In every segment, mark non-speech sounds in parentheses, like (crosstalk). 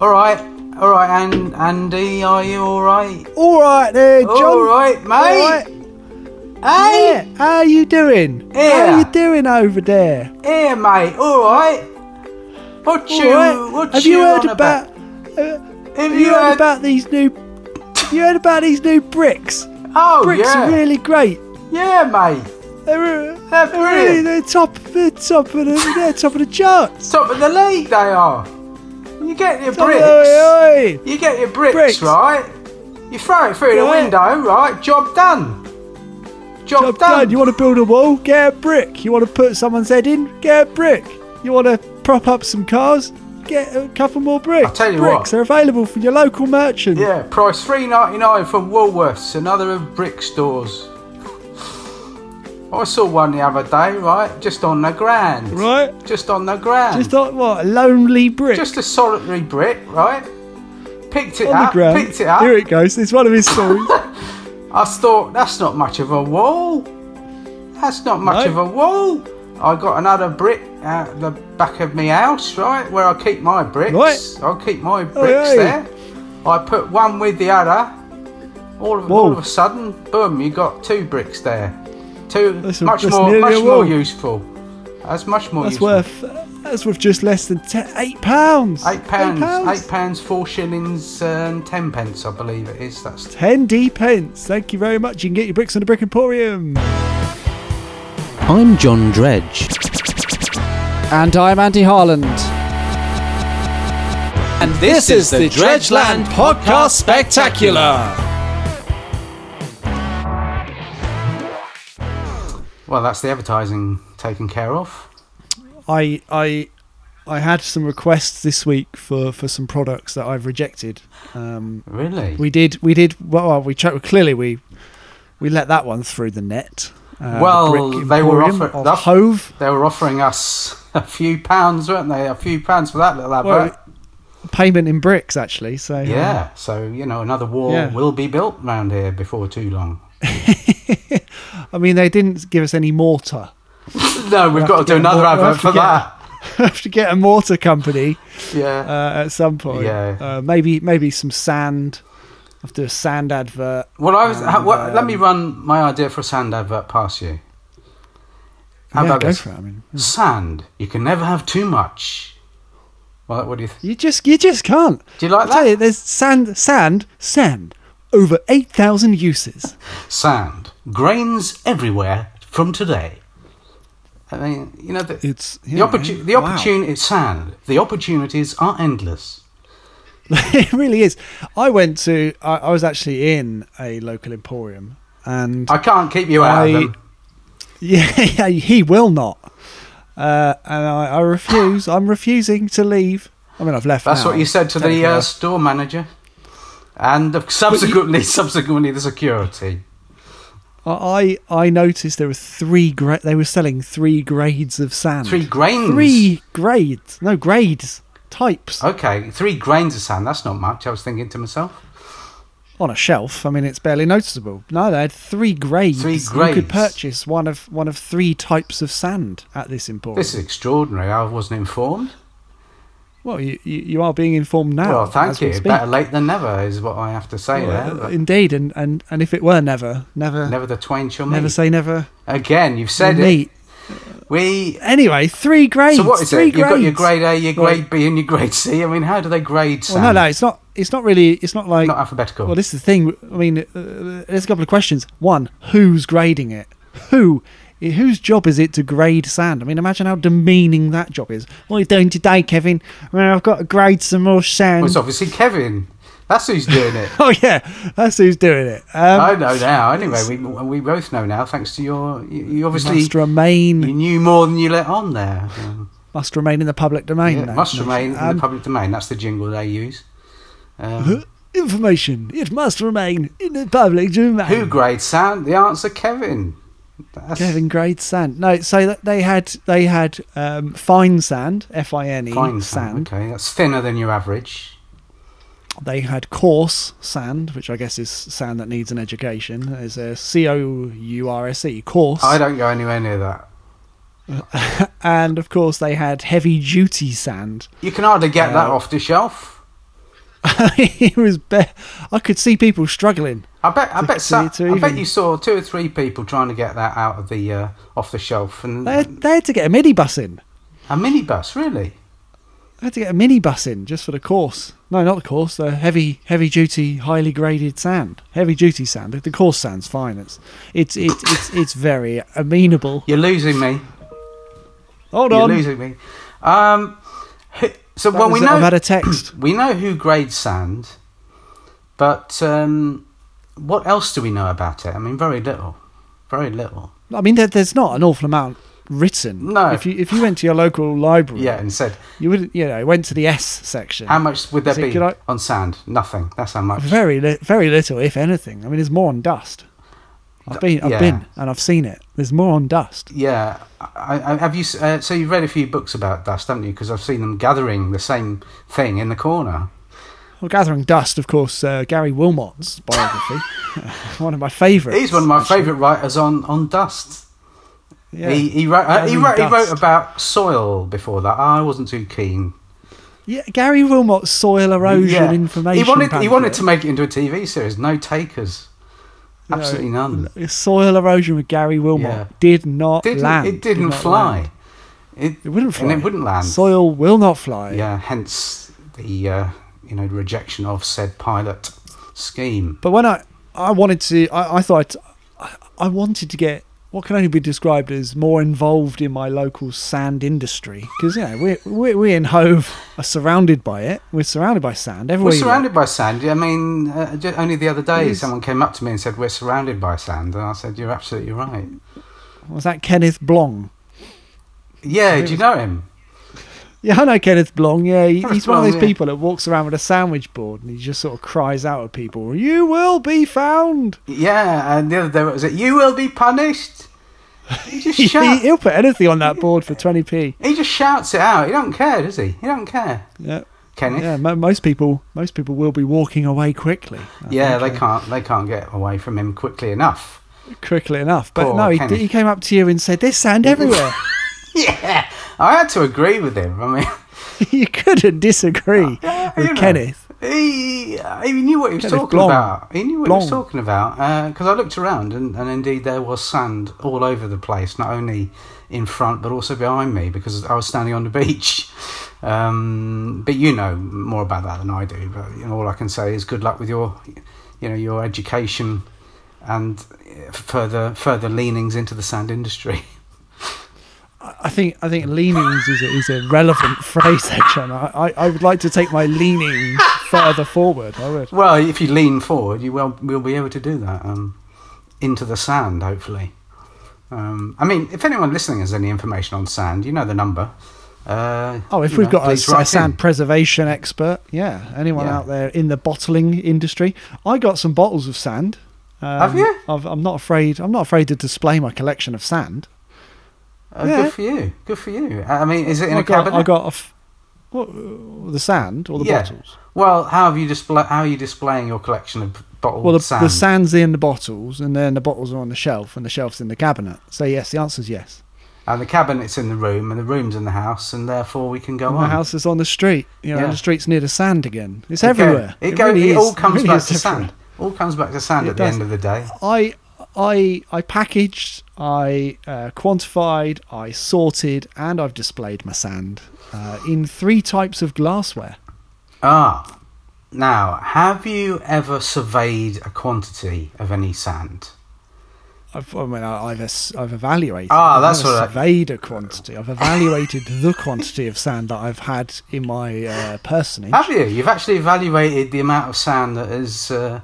All right, all right, and Andy, are you all right? All right there, John. All right, mate. Hey, Yeah, how are you doing? How Yeah. are you doing over there? yeah. mate. All right. What All you? right? What Have you, you heard on about? about? uh, Have have you heard about these new? Have you heard about these new bricks? Oh Bricks yeah, are really great. yeah, mate. They're, They're they're really brilliant. they're top they're top of the they're top of the (laughs) charts. Top of the league they are. You get your bricks. Oi, oi. You get your bricks, Bricks. right? You throw it through the Right. window, right? Job done. Job, Job done. You want to build a wall? Get a brick. You want to put someone's head in? Get a brick. You want to prop up some cars? Get a couple more bricks. I'll tell you bricks what. are available from your local merchant. yeah, price three ninety nine from Woolworths, another of brick stores. I saw one the other day, right? Just on the grand. Right? Just on the grand. (laughs) Just like what? A lonely brick. Just a solitary brick, right? Picked it on up. the ground. Picked it up. Here it goes. It's one of his (laughs) stories. I thought that's not much of a wall. That's not much No. of a wall. I got another brick out the back of my house, right, where I keep my bricks. Right. Oh, I'll keep my bricks aye. there. I put one with the other. All of, all Whoa. of a sudden, boom! You got two bricks there. Two That's a- much that's more, nearly a much wall. more useful. That's much more That's useful. worth. That's worth just less than te- eight pounds. Eight pounds, eight pounds, four shillings and ten pence, I believe it is. That's Ten D pence. Thank you very much. You can get your bricks on the Brick Emporium. I'm John Dredge. And I'm Andy Harland. And This is the Dredgeland Podcast Spectacular. well, that's the advertising taken care of. I I I had some requests this week for for some products that I've rejected. Um, Really? we did we did well. well, We tra- clearly we we let that one through the net. Uh, the Well, Brick they were Emporium offered- of that- Hove They were offering us a few pounds, weren't they? A few pounds for that little advert. Well, payment in bricks actually. So uh, yeah. So you know, another wall Yeah. will be built round here before too long. I mean they didn't give us any mortar. (laughs) no, we've got to, do another more- advert we'll have to for get- that. have to get a mortar company uh, Yeah. at some point. Yeah. Uh, maybe maybe some sand. Have to do a sand advert. well, I was. ha- and, well, let me um, run my idea for a sand advert past you. How yeah, about go this? for it. Mm. I mean, Sand. You can never have too much. Well, what do you think? you just you just can't. Do you like I tell that? you, there's sand, sand, sand. Over 8,000 uses. Sand. Grains everywhere from today. I mean, you know, the, It's- the, yeah, opportu- the wow. opportunity. Sand. The opportunities are endless. (laughs) it really is. I went to, I, I was actually in a local emporium and I can't keep you out I- of them. yeah, (laughs) yeah, he will not. Uh, and I, I refuse, I'm refusing to leave. I mean, I've left. That's now. what you said to the Technically, uh, I- store manager, and the- subsequently, (laughs) subsequently the security. uh, I I noticed there were three. Gra- they were selling three grades of sand. Three grains. Mm. Three grades. No grades. Types Okay, three grains of sand. That's not much. I was thinking to myself. on a shelf. I mean, it's barely noticeable. No, they had three grades. Three You grades. could purchase one of one of three types of sand at this emporium. This is extraordinary. I wasn't informed. well, you, you you are being informed now. well, thank as we you. speak. Better late than never is what I have to say there. Uh, but indeed, and, and and if it were never, never, never, never the twain shall meet. say never. Again, you've said it. meet. We. Anyway, three grades. So what is three it? You've got your grades. grade A, your Well- grade B, and your grade C. I mean, how do they grade Well, sand? no, no, it's not. It's not really. It's not like Not alphabetical. Well, this is the thing. I mean, uh, there's a couple of questions. One, who's grading it? Who? Whose job is it to grade sand? I mean, imagine how demeaning that job is. What are you doing today, Kevin? Well, I've got to grade some more sand. Well, it's obviously Kevin. That's who's doing it. (laughs) oh yeah, that's who's doing it. (laughs) Um, I know now. Anyway, we we both know now. Thanks to your, you, you obviously must remain you knew more than you let on there. Um, must remain in the public domain. yeah, that must information. remain in Um, the public domain. That's the jingle they use. Um, information. It must remain in the public domain. who grades sound? The answer, Kevin. That's, Kevin grade sand. No, so that they had they had um, fine sand, F I N E Fine sound. sand. Okay, that's thinner than your average. They had coarse sand, which I guess is sand that needs an education. Is a C O U R S E coarse, I don't go anywhere near that. and of course they had heavy duty sand. You can hardly get that Uh, off the shelf. (laughs) it was be- I could see people struggling. I bet, I bet, so, to- to I bet even- you saw two or three people trying to get that out of the uh, off the shelf and They had, they had to get a minibus in. a minibus, really. I had to get a minibus in just for the course. No, not the course. The heavy, heavy duty, highly graded sand. Heavy duty sand. The- The coarse sand's fine. It's, it's, it's, it's, it's very amenable. You're losing me. Hold You're on. losing me. Um, h- so That well, was we it. know I've had a text. we know who grades sand, but um, what else do we know about it? I mean, very little, very little. I mean, there, there's not an awful amount written. No. If you if you went to your local library, Yeah, and said you would you know went to the S section. how much would there So be could I- on sand? Nothing. That's how much. Very li- very little, if anything. I mean, there's more on dust. I've been I've yeah. been and I've seen it. There's more on dust. Yeah, I, I, have you? s- Uh, so you've read a few books about dust, haven't you? Because I've seen them gathering the same thing in the corner. Well, gathering dust, of course. Uh, Gary Wilmot's biography, one of my favourites. He's one of my favourite writers on on dust. Yeah. He he wrote, uh, he Gathering wrote he wrote dust. about soil before that. I wasn't too keen. yeah, Gary Wilmot's soil erosion Yeah. information. He wanted he wanted pamphlet. to make it into a TV series. No takers. No. Absolutely none. soil erosion with Gary Wilmot Yeah. did not Didn't, land. it didn't Did not land. fly. It, It wouldn't fly. And it wouldn't land. Soil will not fly. yeah, hence the uh, you know rejection of said pilot scheme. But when I I wanted to, I, I thought I, I wanted to get what can only be described as more involved in my local sand industry because yeah, we we we in Hove are surrounded by it. We're surrounded by sand everywhere. We're you surrounded by sand. I mean, uh, ju- only the other It day is. someone came up to me and said, We're surrounded by sand. And I said, You're absolutely right. look. Was that Kenneth Blong? Yeah, do you know him? Yeah, I know Kenneth Blong. Yeah, he, Kenneth he's one of Blong, those yeah. people that walks around with a sandwich board and he just sort of cries out at people, "You will be found." (laughs) Yeah, and the other day, what was it? You will be punished. He (laughs) just, He, shout, he'll put anything on that board for twenty p. he just shouts it out. He don't care, does he? He don't care, Yeah, Kenneth. yeah. Yeah, Mo- most people, most people will be walking away quickly. I think, they uh, can't they can't get away from him quickly enough. (laughs) quickly enough. But Poor no, he, Kenneth. he came up to you and said, "There's sand everywhere." (laughs) Yeah, I had to agree with him. I mean, you (laughs) couldn't disagree you with know. Kenneth. He, he knew what he was Kenneth talking Blom. about. He knew what he was Blom. talking about because I looked around and, and indeed there was sand all over the place, not only in front but also behind me because I was standing on the (laughs) beach. Um, but you know more about that than I do. But you know, all I can say is good luck with your, you know, your education and uh, further further leanings into the sand industry. (laughs) I I think I think leanings is a, is a relevant (laughs) phrase, John. I, I, I would like to take my leanings (laughs) further forward. I would. Well, if you lean forward, you will will be able to do that um, into the sand, hopefully. Um, I mean, if anyone listening has any information on sand, you know the number. Uh, Oh, if you we've know, got a, please s- a write sand in. preservation expert, yeah, anyone Yeah. out there in the bottling industry, I got some bottles of sand. Um, Have you? I've, I'm not afraid. I'm not afraid to display my collection of sand. Uh, yeah. Good for you. Good for you. I I mean, is it in I a got, cabinet? I got a f- what, uh, the sand or the Yeah. bottles. Well, how have you display? How are you displaying your collection of bottled Well, the, sand? the sand's in the bottles, and then the bottles are on the shelf, and the shelf's in the cabinet. So yes, the answer's yes. and the cabinet's in the room, and the room's in the house, and therefore we can go And on. the house is on the street. You know, Yeah. the street's near the sand again. It's It go- everywhere. It, go- it really is. all comes really back is to everywhere. sand. All comes back to sand It at the does. end of the day. I, I, I packaged, I uh, quantified, I sorted, and I've displayed my sand uh, in three types of glassware. Ah, now, have you ever surveyed a quantity of any sand? I've, I mean, I- I've, es- I've evaluated. Ah, I've that's never what I- surveyed a quantity. I've evaluated the quantity of sand that I've had in my uh, personage. Have you? You've actually evaluated the amount of sand that is uh,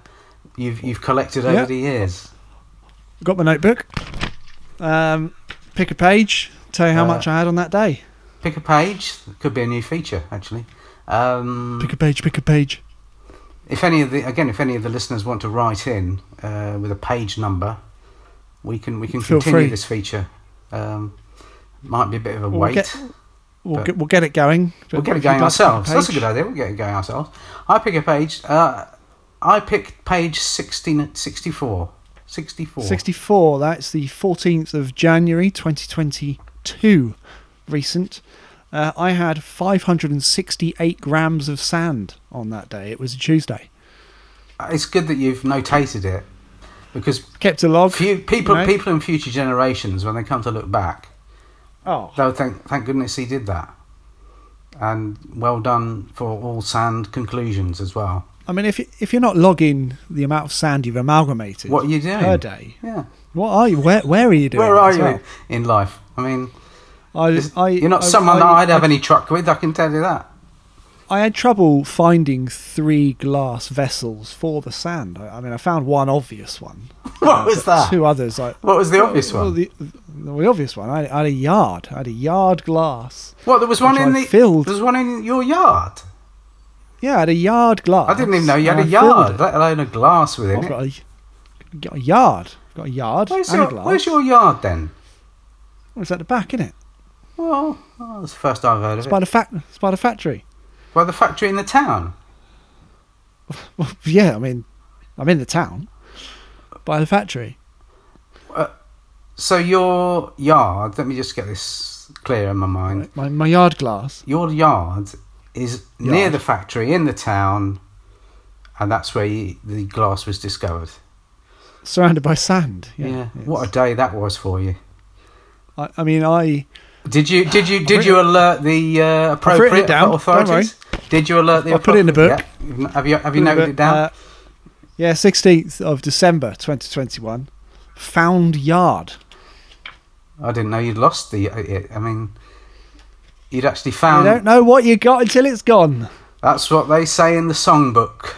you've you've collected over Yeah. the years. Got my notebook. Um, pick a page. Tell you how Uh, much I had on that day. Pick a page. Could be a new feature actually. Um, Pick a page. Pick a page. if any of the again, if any of the listeners want to write in uh, with a page number, we can we can Feel continue free. this feature. Um, might be a bit of a We'll wait. get- We'll But- get we'll get it going. We'll get it going If you'd like to pick a ourselves. That's a page- good idea. We'll get it going ourselves. I pick a page. Uh, I pick page 16, 64. 64. 64. That's the 14th of January 2022. Recent. Uh, I had 568 grams of sand on that day. It was a Tuesday. Uh, It's good that you've notated it because Kept a log. few people, Right. people in future generations, when they come to look back, Oh, they'll think, "Thank goodness he did that." And well done for all sand conclusions as well. I mean, if you- if you're not logging the amount of sand you've amalgamated What are you doing? per day, Yeah. what are you? Where where are you doing? Where it are as you well? in life? I mean, I, I, you're not I- someone I- that I'd have any truck with. I can tell you (laughs) that. I had trouble finding three glass vessels for the sand. I, I mean, I found one obvious one. What was that? Two others. I, What was the obvious well, one? the, the obvious one. I, I had a yard. I had a yard glass. What there was one which in I the filled. there was one in your yard. Yeah, I had a yard glass. I didn't even know you had and a I filled yard, it. let alone a glass within I've it. got a, I've got a yard. I've got a yard Where's and your, a glass. where's your yard then? Well, it's at the back, isn't it? Well, oh, that's the first I've heard of It's it. by the, fac it's by the factory. (laughs) Well, the factory in the town. Well, yeah, I mean, I'm in the town. By the factory. So your yard. Let me just get this clear in my mind. My, my yard glass. Your yard is near Yard. the factory in the town, and that's where you, the glass was discovered. Surrounded by sand. Yeah. What a day that was for you. I, I mean, I. Did you did you did you alert the uh, I've written appropriate it down, authorities? don't worry. Did you alert the? I'll put it in the book. Yeah. Have you have you noted it down? Uh, yeah, 16th of December 2021. Found yard. I didn't know you'd lost the. uh, It. I mean, you'd actually you don't found. know what you got until it's gone. That's what they say in the songbook.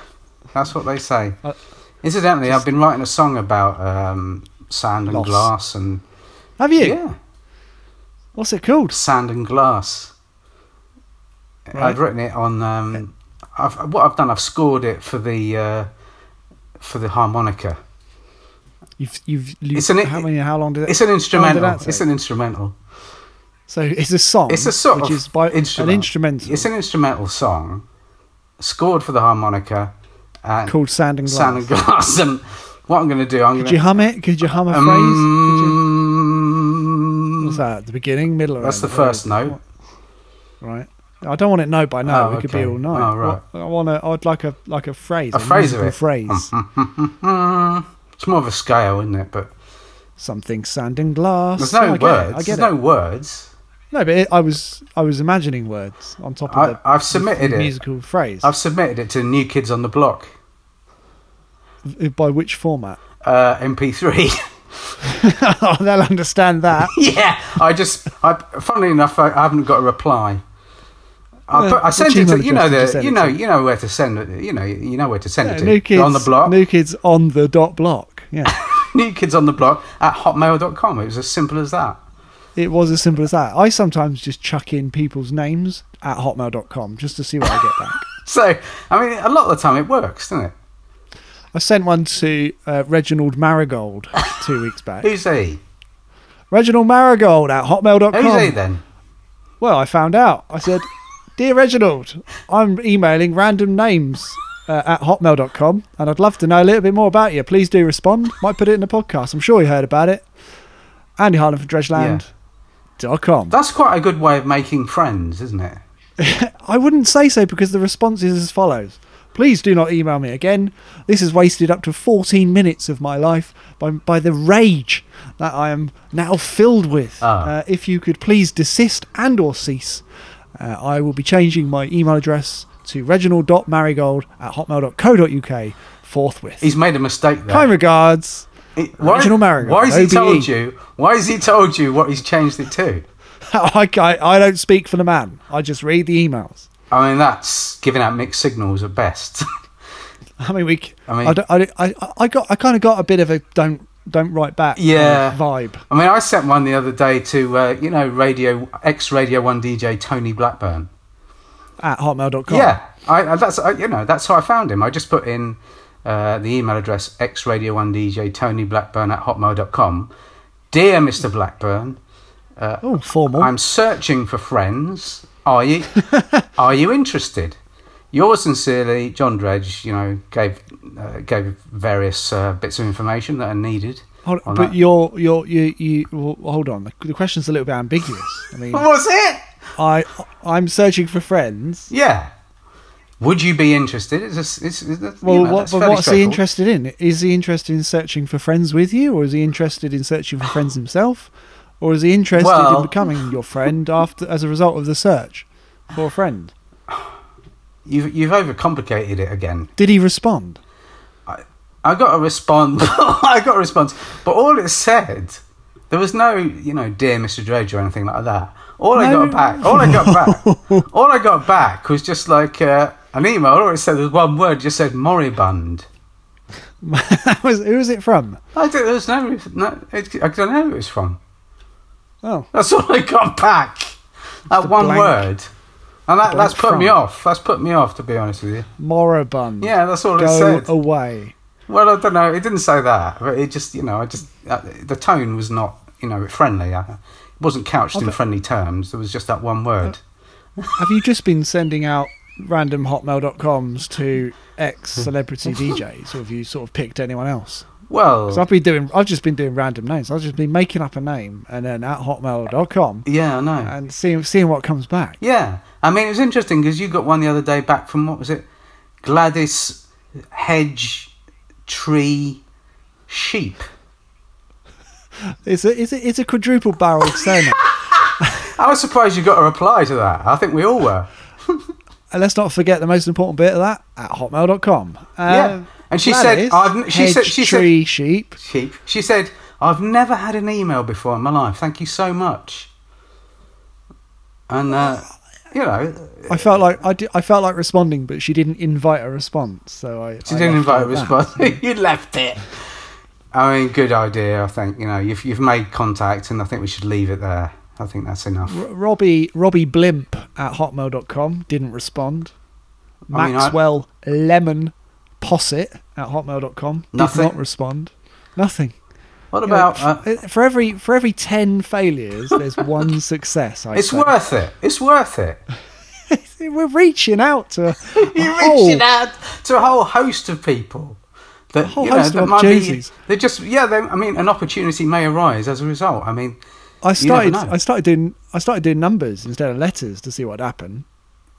That's what they say. Uh, Incidentally, I've been writing a song about um, sand and Loss. glass and Have you? yeah, What's it called? sand and glass. Right. I'd written it on. Um, I've, what I've done, I've scored it for the uh, for the harmonica. You've, you've, you It's an- how many? How long did it? It's an instrumental. that It's take? an instrumental. so it's a song. It's a sort which of is by instrument. an instrumental. It's an instrumental song, scored for the harmonica, and called Sand and Glass. Sand and Glass. And what I'm going to do, I'm Could going you to. hum it? Could you hum a phrase? Could you, Um, what's that? At the beginning, middle, or that's end? the Where first is it? I note. want- Right. I don't want it note by note. Oh, we could be okay. all night. Oh, right. What- I want to. I'd like a like a phrase. A phrase of musical it. Mm-hmm. Phrase. Mm, it's more of a scale, isn't it? But Something sand and glass. there's no I get words. It. I there's get it. no words. No, but it, I was I was imagining words on top of I, the, I've the submitted it. musical phrase. I've submitted it to New Kids on the Block, By which format? uh, (laughs) MP3. (laughs) oh, they'll understand that. (laughs) yeah, I just, I, funnily enough, I, I haven't got a reply. I, Yeah, put, I the sent it Gmail to you know address you the just send you it know to. you know where to send it you know you know where to send Yeah, it to new kids on the block (laughs) new, New kids on the dot (laughs) block. Yeah, kids on the block at hotmail.com it was as simple as that (laughs) it was as simple as that. I sometimes just chuck in people's names at hotmail.com just to see what I get back. so I mean a lot of the time it works doesn't it I sent one to uh, Reginald Marigold two (laughs) weeks back. who's he Reginald Marigold at who's he hotmail.com. then Well, I found out. I said, Dear Reginald, I'm emailing random names uh, at hotmail.com and I'd love to know a little bit more about you. Please do respond. Might put it in the podcast. I'm sure you heard about it. Andy Harlan from dredgeland.com. that's quite a good way of making friends isn't it I wouldn't say so because the response is as follows. Please do not email me again. This has wasted up to 14 minutes of my life by, by the rage that I am now filled with. Ah. Uh, if you could please desist and or cease, uh, I will be changing my email address to reginald.marigold at hotmail.co.uk forthwith. he's made a mistake there kind regards. (laughs) He- why, Reginald Marigold, why has he OBE. told you why has he told you what he's changed it to I, I, I don't speak for the man. I just read the emails. I mean that's giving out mixed signals at best (laughs) I mean, we. c- I mean- I, don't- I, don't- I, I got. I kind of got a bit of a don't don't write back. kind of Yeah. vibe. I mean, I sent one the other day to uh, you know radio ex Radio One DJ Tony Blackburn. at hotmail.com. Yeah, I, I, that's I, you know that's how I found him. I just put in uh, the email address ex Radio One DJ Tony Blackburn at hotmail.com. Dear Mr. Blackburn, Oh, formal. I'm searching for friends. Are you (laughs) are you interested? Yours sincerely, John Dredge. You know, gave uh, gave various uh, bits of information that are needed. Hold- on but that. (laughs) you're you're you you well, hold on. The, the question's a little bit ambiguous. I mean, Was it? I I'm searching for friends. Yeah. Would you be interested? It's, a, it's, it's you Well, know, what, that's but fairly what's he straightforward. interested in? Is he interested in searching for friends with you, or is he interested in searching for friends himself, or is he interested Well- in becoming your friend after as a result of the search for a friend? You've, you've overcomplicated it again. Did he respond? (laughs) I got a response. (laughs) I got a response, but all it said, there was no, you know, dear Mr. Dredge or anything like that. All I No. got back, all I got (laughs) back, all I got back was just like uh, an email. All it said was one word, just said moribund. That was- Who was it from? I don't, there was no, no it, I don't know who it was from. Oh, That's all I got back. That a one blank- word, and that, blank that's put me from. off. That's put me off, to be honest with you. moribund. Yeah, that's all it go said. away. Well, I don't know. It didn't say that, but it just, you know, I just uh, the tone was not, you know, friendly. I, it wasn't couched in friendly terms. There was just that one word. Uh, Have you just been sending out random hotmail.coms to (laughs) ex celebrity DJs, or have you sort of picked anyone else? Well, So I've been doing, I've just been doing random names. I've just been making up a name and then at hotmail.com yeah, I know. and seeing seeing what comes back. yeah, I mean, it was interesting because you got one the other day back from what was it, Gladys Hedge Tree Sheep. It's a it's a, it's a quadruple barreled (laughs) surname. I was surprised you got a reply to that. I think we all were. and let's not forget the most important bit of that at hotmail.com. Uh, Yeah. And she said- I've- she hedge, said- she said- tree sheep. Sheep. She said, "I've never had an email before in my life. Thank you so much." And uh, you know, I felt like I, did, I felt like responding, but she didn't invite a response. So I She I didn't invite a left it at that. response. (laughs) you left it. I mean, good idea. I think you know you've you've made contact, and I think we should leave it there. I think that's enough. R- Robbie Robbie Blimp at hotmail.com didn't respond. I mean, I- Maxwell Lemon Posset at hotmail.com did Nothing. not respond. Nothing. What You know, about? f- Uh, uh, for every for every ten (laughs) failures, there's one success. I it's say. worth it. It's worth (laughs) it. We're reaching (laughs) out to a You're whole- reaching out to a whole host of people. That, whole you know, host of that might be, opportunities. they just yeah. They, I mean, an opportunity may arise as a result. I mean, I started know. I started doing I started doing numbers instead of letters to see what would happen.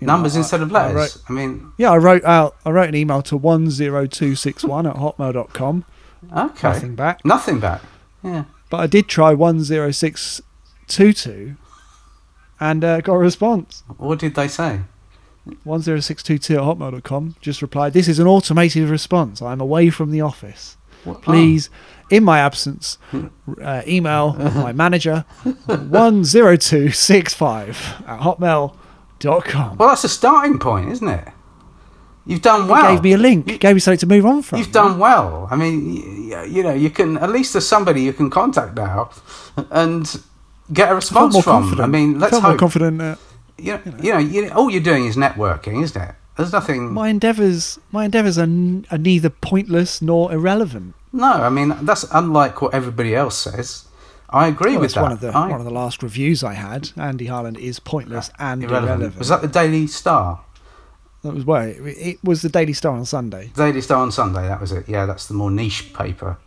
You know, numbers I- instead of I letters. I, wrote- mean, yeah, I wrote out I wrote an email to one zero two six one at hotmail.com. okay, Nothing back. Nothing back. Yeah. But I did try 10622 and uh, got a response. What did they say? 10622 at hotmail.com just replied, This is an automated response. I'm away from the office. What- Ah. Please, in my absence, uh, (laughs) email my manager 10265 at hotmail.com. Well, that's a starting point, isn't it? You've done well. Gave me a link, gave me something to move on from. You've done well. I mean, y- y- you know, you can at least there's somebody you can contact now and get a I felt response more from. confident. I mean, let's felt more hope. confident. Uh, you know, you know, you all you're doing is networking, isn't it? There's nothing. my endeavours, my endeavours are, n- are neither pointless nor irrelevant. no, I mean that's unlike what everybody else says. I agree Well, with it's that. one of the I- one of the last reviews I had. Andy Harland is pointless and irrelevant. irrelevant. Was that the Daily Star? That was where it, it was the Daily Star on Sunday. Daily Star on Sunday. That was it. Yeah, that's the more niche paper.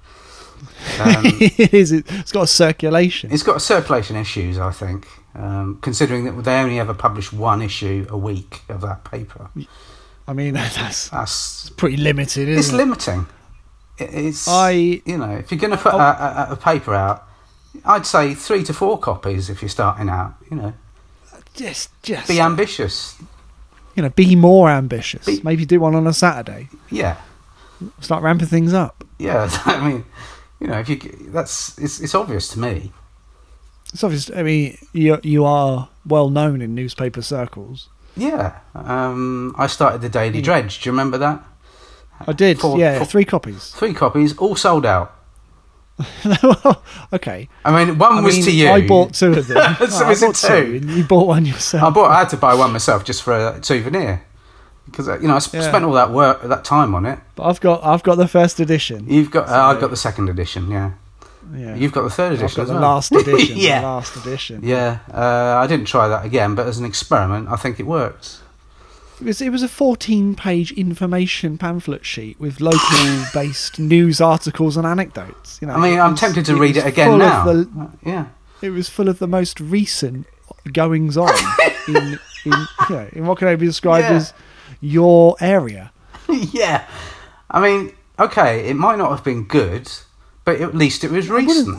Um, (laughs) it is. It's got a circulation. It's got circulation issues, I think, um, considering that they only ever publish one issue a week of that paper. I mean, (laughs) that's That's pretty limited, isn't it's it? limiting. It- It's I- you know if you're going to put a, a, a paper out, I'd say three to four copies if you're starting out. You know, just, just be ambitious. you know, be more ambitious. Be- Maybe do one on a Saturday. Yeah, Start ramping things up. yeah. (laughs) I mean, you know, if you g- that's it's, it's obvious to me. It's obvious. I mean, you you are well known in newspaper circles. Yeah, um, I started the Daily Dredge. Do you remember that? Uh, I did. For- yeah, for- three copies. (laughs) Three copies, all sold out. okay. I mean, one I was mean, Oh, to you. I bought two of them. (laughs) So I is it bought two? and you bought one I yourself. bought. I had to buy one myself just for a souvenir because you know I sp- Yeah. spent all that work, that time on it. But I've got I've got the first edition. You've got. Uh, I've got the second edition. Yeah. Yeah. You've got the third I've edition. got as the well. (laughs) last edition. yeah. The last edition. Yeah. Uh, I didn't try that again, but as an experiment, I think it works. It was, it was a 14 page information pamphlet sheet with local based (laughs) news articles and anecdotes. You know, I mean, it I'm was- tempted to it read was it again Uh, full of now. the- yeah. (laughs) it was full of the most recent goings on in in, you know, in what can only be described Yeah. as your area. (laughs) yeah. I mean, okay, it might not have been good, but at least it was recent.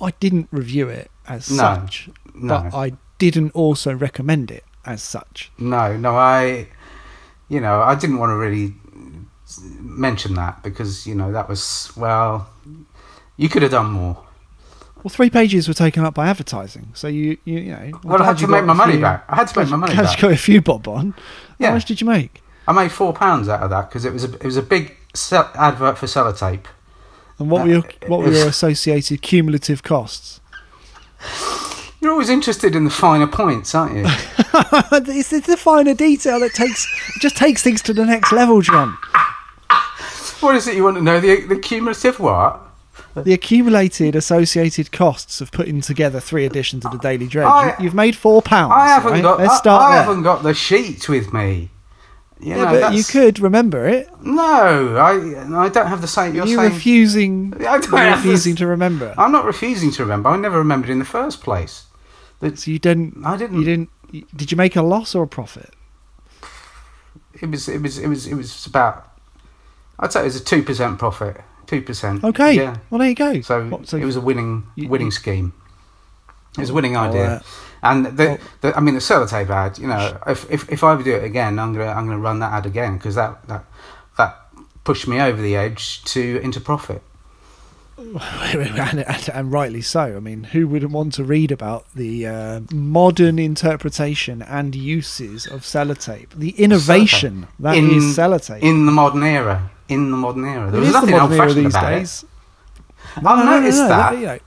I didn't review it as No, such, but no. I didn't also recommend it as such. No, no, I, you know, I didn't want to really mention that because you know that was well, you could have done more. Well, three pages were taken up by advertising, so you you, you know. I'm Well, I glad had you to make got my a money few- back. I had to make my glad- money glad back. you got a few bob on. Yeah. How much did you make? I made four pounds out of that because it was a it was a big sell- advert for sellotape. And what were your what were Uh, it's- your associated cumulative costs? (laughs) You're always interested in the finer points, aren't (laughs) you? it's, it's the finer detail that takes (laughs) just takes things to the next level, John. what is it you want to know? The the cumulative what? The accumulated associated costs of putting together three editions of the Daily Dredge. I- You- You've made four pounds. I haven't right? got. Let's I- start I, there. haven't got the sheet with me. You know, yeah, but you that's- could remember it. No, I I don't have the same. You're You're saying (laughs) refusing. I don't You're have refusing this- to remember. I'm not refusing to remember. I never remembered in the first place. So you didn't. I didn't. You didn't. you- Did you make a loss or a profit? It was it was it was it was about. I'd say it was a two percent profit. Two percent. Okay. Yeah. Well, there you go. So, What, so it was a winning you- winning you- scheme. It was a winning I'll, idea, uh, and the, I'll- the I mean the sellotape ad. You know, if if if I ever do it again, I'm gonna I'm gonna run that ad again because that that that pushed me over the edge to into profit. (laughs) and, and, and rightly so. I mean, who wouldn't want to read about the uh, modern interpretation and uses of sellotape, the innovation that is In- sellotape? in the modern era. In the modern era, there It was is nothing the old modern era fashioned these about it. days. I've noticed that. you know,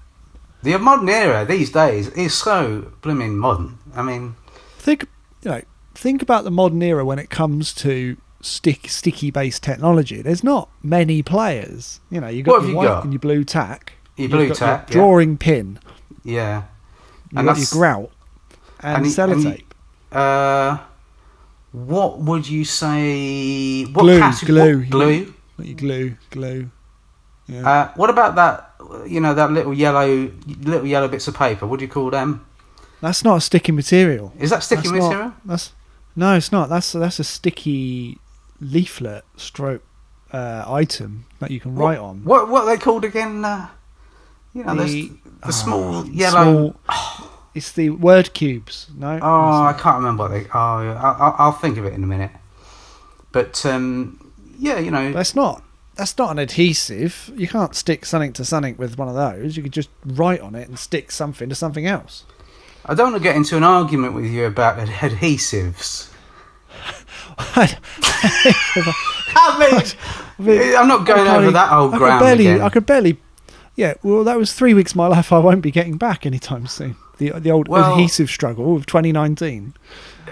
The modern era these days is so blooming modern. I mean, think, you know, think about the modern era when it comes to stick sticky based technology. There's not many players. You know, you got What have your you white got? and your blue tack, your you've blue got your tap, yeah. drawing pin, yeah, you And got your that's- grout, and and, y- and y- sellotape. Uh, what would you say? What Glue, cate- glue, what- yeah. glue. Got your glue, glue. Yeah. Uh, what about that? You know that little yellow, little yellow bits of paper. What do you call them? That's not a sticky material. Is that sticky That's not- material? that's no, it's not. That's that's a sticky leaflet stroke uh, item that you can write on. What what are they called again? Uh, you know those- The- the, oh, small yellow. small- it's the word cubes. No. oh, I That's can't remember what they. Oh, I, I, I'll think of it in a minute. But um, yeah, you know, not- that's not. That's not an adhesive. You can't stick something to something with one of those. You could just write on it and stick something to something else. I don't want to get into an argument with you about ad- adhesives. (laughs) I I mean, I'm not going can't over e- that old I could ground barely. again. I could barely. Yeah. Well, that was three weeks of my life. I won't be getting back anytime soon. The the old Well- adhesive struggle of 2019.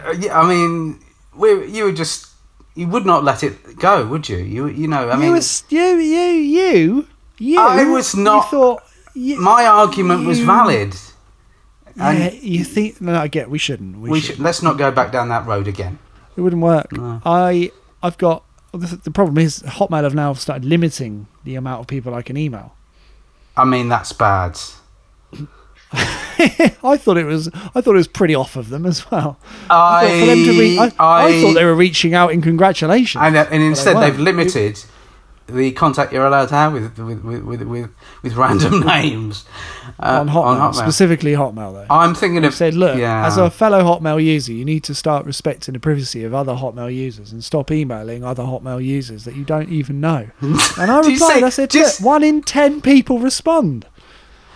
Uh, yeah, I mean, we, you were just you would not let it go, would you? You you know, I you, mean, was, you, you, you, you. I was not- You thought, you, my argument was you- valid. And Yeah, you think? No, I get. We shouldn't. We, we should. should let's not go back down that road again. It wouldn't work. No. I, I've got. The, the problem is, Hotmail have now started limiting the amount of people I can email. (laughs) I mean, that's bad. I thought it was. I thought it was pretty off of them as well. I thought for them to re- I, I, I- thought they were reaching out in congratulations. and, and instead weren't. they've limited the contact you're allowed to have with with with with, with, with (laughs) random names uh, on Hotmail, specifically Hotmail though. I'm thinking of said, look, yeah. as a fellow Hotmail user, you need to start respecting the privacy of other Hotmail users and stop emailing other Hotmail users that you don't (laughs) even know. And I Do you replied, say- I said, just- look, one in ten people respond.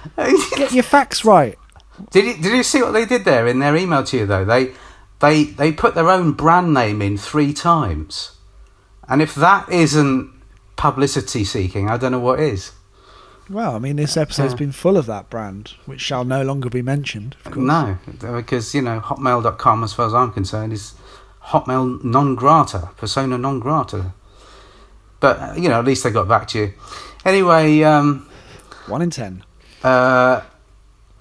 (laughs) Get your facts right. Did you, did you see what they did there in their email to you though? They they they put their own brand name in three times, and if that isn't publicity seeking, I don't know what is. Well, I mean, this episode's been full of that brand, which shall no longer be mentioned. Of course. No, because you know Hotmail.com, as far as I'm concerned, is Hotmail non grata, persona non grata. But uh, you know, at least they got back to you. Anyway, um, One in ten. uh,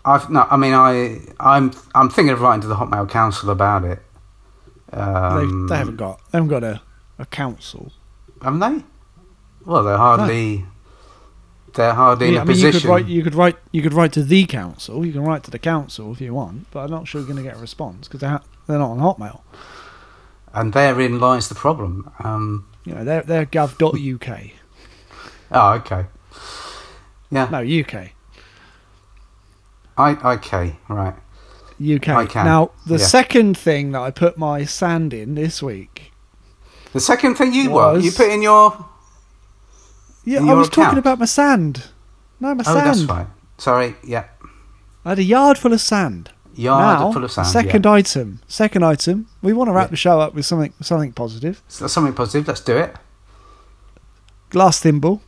I've no, I mean, I I'm I'm thinking of writing to the Hotmail Council about it. Um, they, they haven't got. They haven't got a, a council. haven't they? Well, they're hardly. They're hardly Yeah, in a I mean, you position. could write. You could write. You could write to the council. You can write to the council if you want, but I'm not sure you're going to get a response because they're, ha- they're not on Hotmail. And therein lies the problem. Um, You know, they're, they're gov.uk. oh, okay. Yeah. No, UK. I okay. Right. UK. I can, Now, the yeah. second thing that I put my sand in this week. The second thing you were Was- you put in your. Yeah, In I your was talking account? about my sand. No, my Oh, that's sand. right. Sorry. Yeah. I had a yard full of sand. Yard now, full of sand. second yeah. item. Second item. We want to wrap Yeah. the show up with something something positive. So that's something positive. Let's do it. Glass thimble.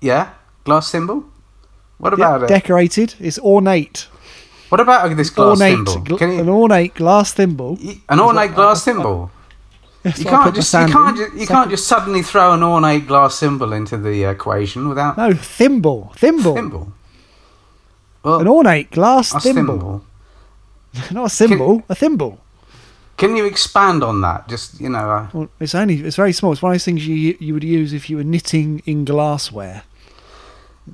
Yeah. Glass symbol. What Yeah, about it? decorated. It's ornate. what about this glass ornate. symbol? gl- Can An you, ornate glass thimble. (laughs) y- an ornate glass symbol. That's You what I can't put my just you sand can't in. ju- you Second- can't just suddenly throw an ornate glass symbol into the equation without No, thimble. Thimble. symbol. Well, An ornate glass a thimble. symbol. (laughs) Not a symbol. a thimble. Can you expand on that? Just you know, uh, Well, it's only it's very small. It's one of those things you you would use if you were knitting in glassware.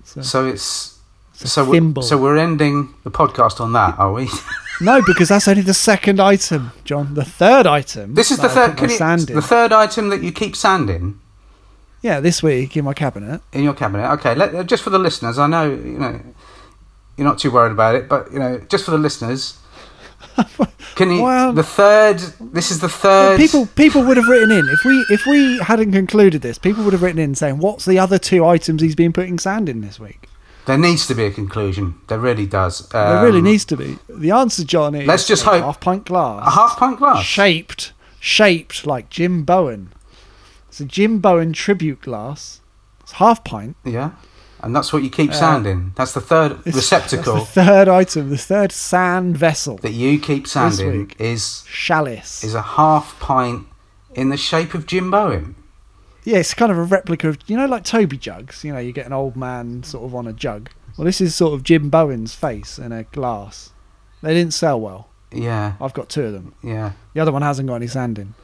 It's a- so it's it's a so thimble. we're, so we're ending the podcast on that, are (laughs) we? no, because that's only the second item, John. The third item. this is the that I third put my can you, sand in. the third item that you keep sanding yeah, this week in my cabinet. in your cabinet. Okay, let, uh, just for the listeners, I know you know you're not too worried about it, but you know, just for the (laughs) listeners, can you Well- the third? This is the third. People people would have written in if we if we hadn't concluded this. People would have written in saying, "What's the other two items he's been putting sand in this week?" There needs to be a conclusion. There really does. Um, there really needs to be. The answer, John, is let's just a hope- half pint glass. a half pint glass. shaped shaped like Jim Bowen. It's a Jim Bowen tribute glass. It's half pint. Yeah, and that's what you keep sanding. That's the (laughs) third It's- receptacle Uh, That's the third item, the third sand vessel. that you keep sanding week. is Chalice. is a half pint in the shape of Jim Bowen. yeah, it's kind of a replica of you know, like Toby jugs. You know, you get an old man sort of on a jug. Well, this is sort of Jim Bowen's face in a glass. They didn't sell well. Yeah, I've got two of them. yeah. The other one hasn't got any sand in.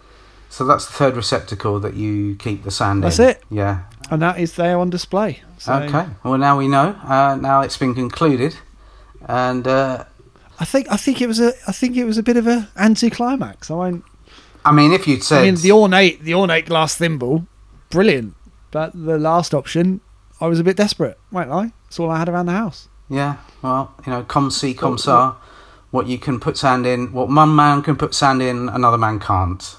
So that's the third receptacle that you keep the sand That's in. it. Yeah. And that is there on display. So Okay. Well, now we know. Uh, now it's been concluded, and uh, I think I think it was a I think it was a bit of a anticlimax. I won't I mean, if you'd said I mean, the ornate, the ornate glass thimble, brilliant. But the last option, I was a bit desperate. Won't lie, it's all I had around the house. Yeah, well, you know, com si, Oh, com sa. What you can put sand in, what one man can put sand in, another man can't.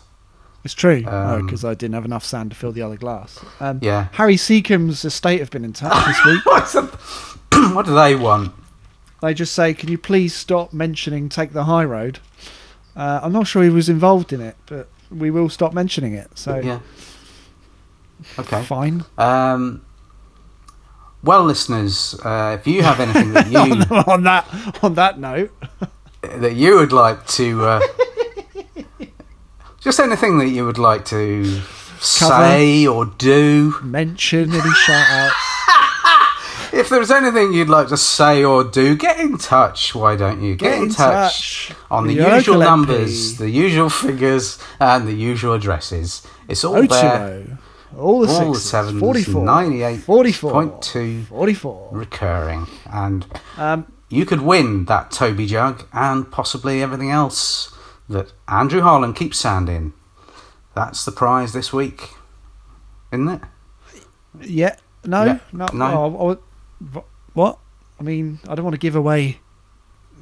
It's true Um, because I didn't have enough sand to fill the other glass. Um, (laughs) Yeah. Harry Seacombe's estate have been in touch this (laughs) week. What's the, (clears throat) what do they want? They just say, "Can you please stop mentioning take the high road?" Uh, I'm not sure he was involved in it, but we will stop mentioning it. So Yeah. Okay. fine. Um, well, listeners, uh, if you have anything that Oh, you (laughs) on that on that note, that you would like to, uh, just anything that you would like to say or do, mention any shout outs. If there's anything you'd like to say or do, get in touch. Why don't you get, in, touch, on the with your usual local numbers, MP. the usual figures, and the usual addresses? It's (laughs) Oh all there. Ochomo. All the All the sixes. sevens, 44. 98 44. point two. 44. recurring, and Um, you could win that Toby jug and possibly everything else that Andrew Harlan keeps sanding. That's the prize this week, isn't it? yeah. No. Yeah, No. no. oh, I- I- what? I mean, I don't want to give away.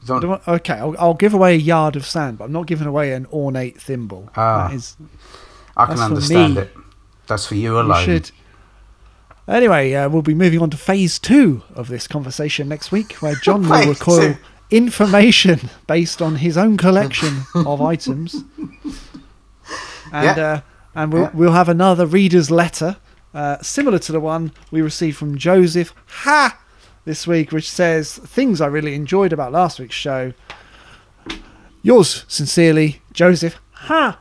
I Don't- don't want, okay, I'll, I'll give away a yard of sand, but I'm not giving away an ornate thimble. Ah, that is, I can that's for understand me. it. That's for you you alone. should. Anyway, uh, we'll be moving on to phase two of this conversation next week, where (laughs) John will Phase recoil two. information (laughs) based on his own collection (laughs) of items, and Yeah. uh, and we'll Yeah. we'll have another reader's letter, uh, similar to the one we received from Joseph Ha this week, which says things I really enjoyed about last week's show. Yours sincerely, Joseph Ha.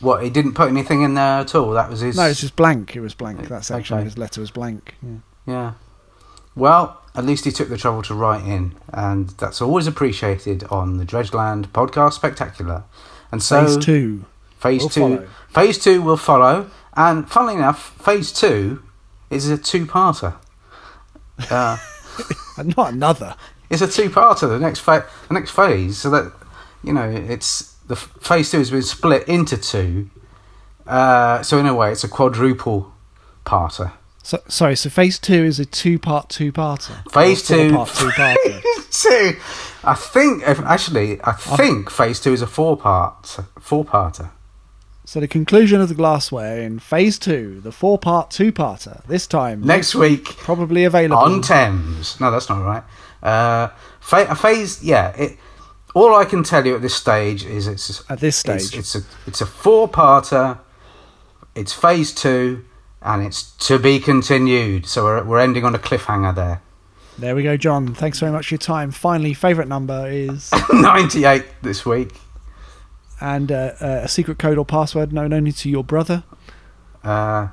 What he didn't put anything in there at all. That was his. No, it's just blank. It was blank. That section Okay. of his letter was blank. Yeah. Yeah. Well, at least he took the trouble to write in, and that's always appreciated on the Dredgeland podcast spectacular. And so Phase two. phase will two, follow. phase two will follow. And funnily enough, phase two is a two-parter. Uh, (laughs) Not another. It's a two-parter. The next fa- the next phase, so that you know, it's the f- phase two has been split into two. Uh, so in a way, it's a quadruple parter. So, sorry, so phase two is a two part two parter. Phase two- Part (laughs) two parter. two. I think if, actually, I think phase two is a four-part four-parter. so the conclusion of the glassware in phase two, the four part two parter. This time Next week probably available. on Thames. No, that's not right. Uh, fa- a phase. Yeah. It, all I can tell you at this stage is it's At this it's- stage. it's, a it's a four-parter. It's phase two, and it's to be continued. So we're we're ending on a cliffhanger there. (coughs) there we go, John. Thanks very much for your time. Finally, favourite number is Ninety-eight this week. and uh, uh, a secret code or password known only to your brother. (laughs) Uh,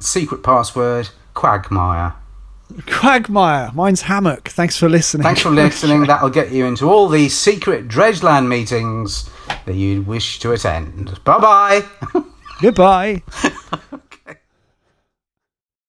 secret password: Quagmire. Quagmire. Mine's hammock. Thanks for listening. Thanks for listening. That'll get you into all the secret Dredgeland meetings that you wish to attend. Bye bye. (laughs) Goodbye.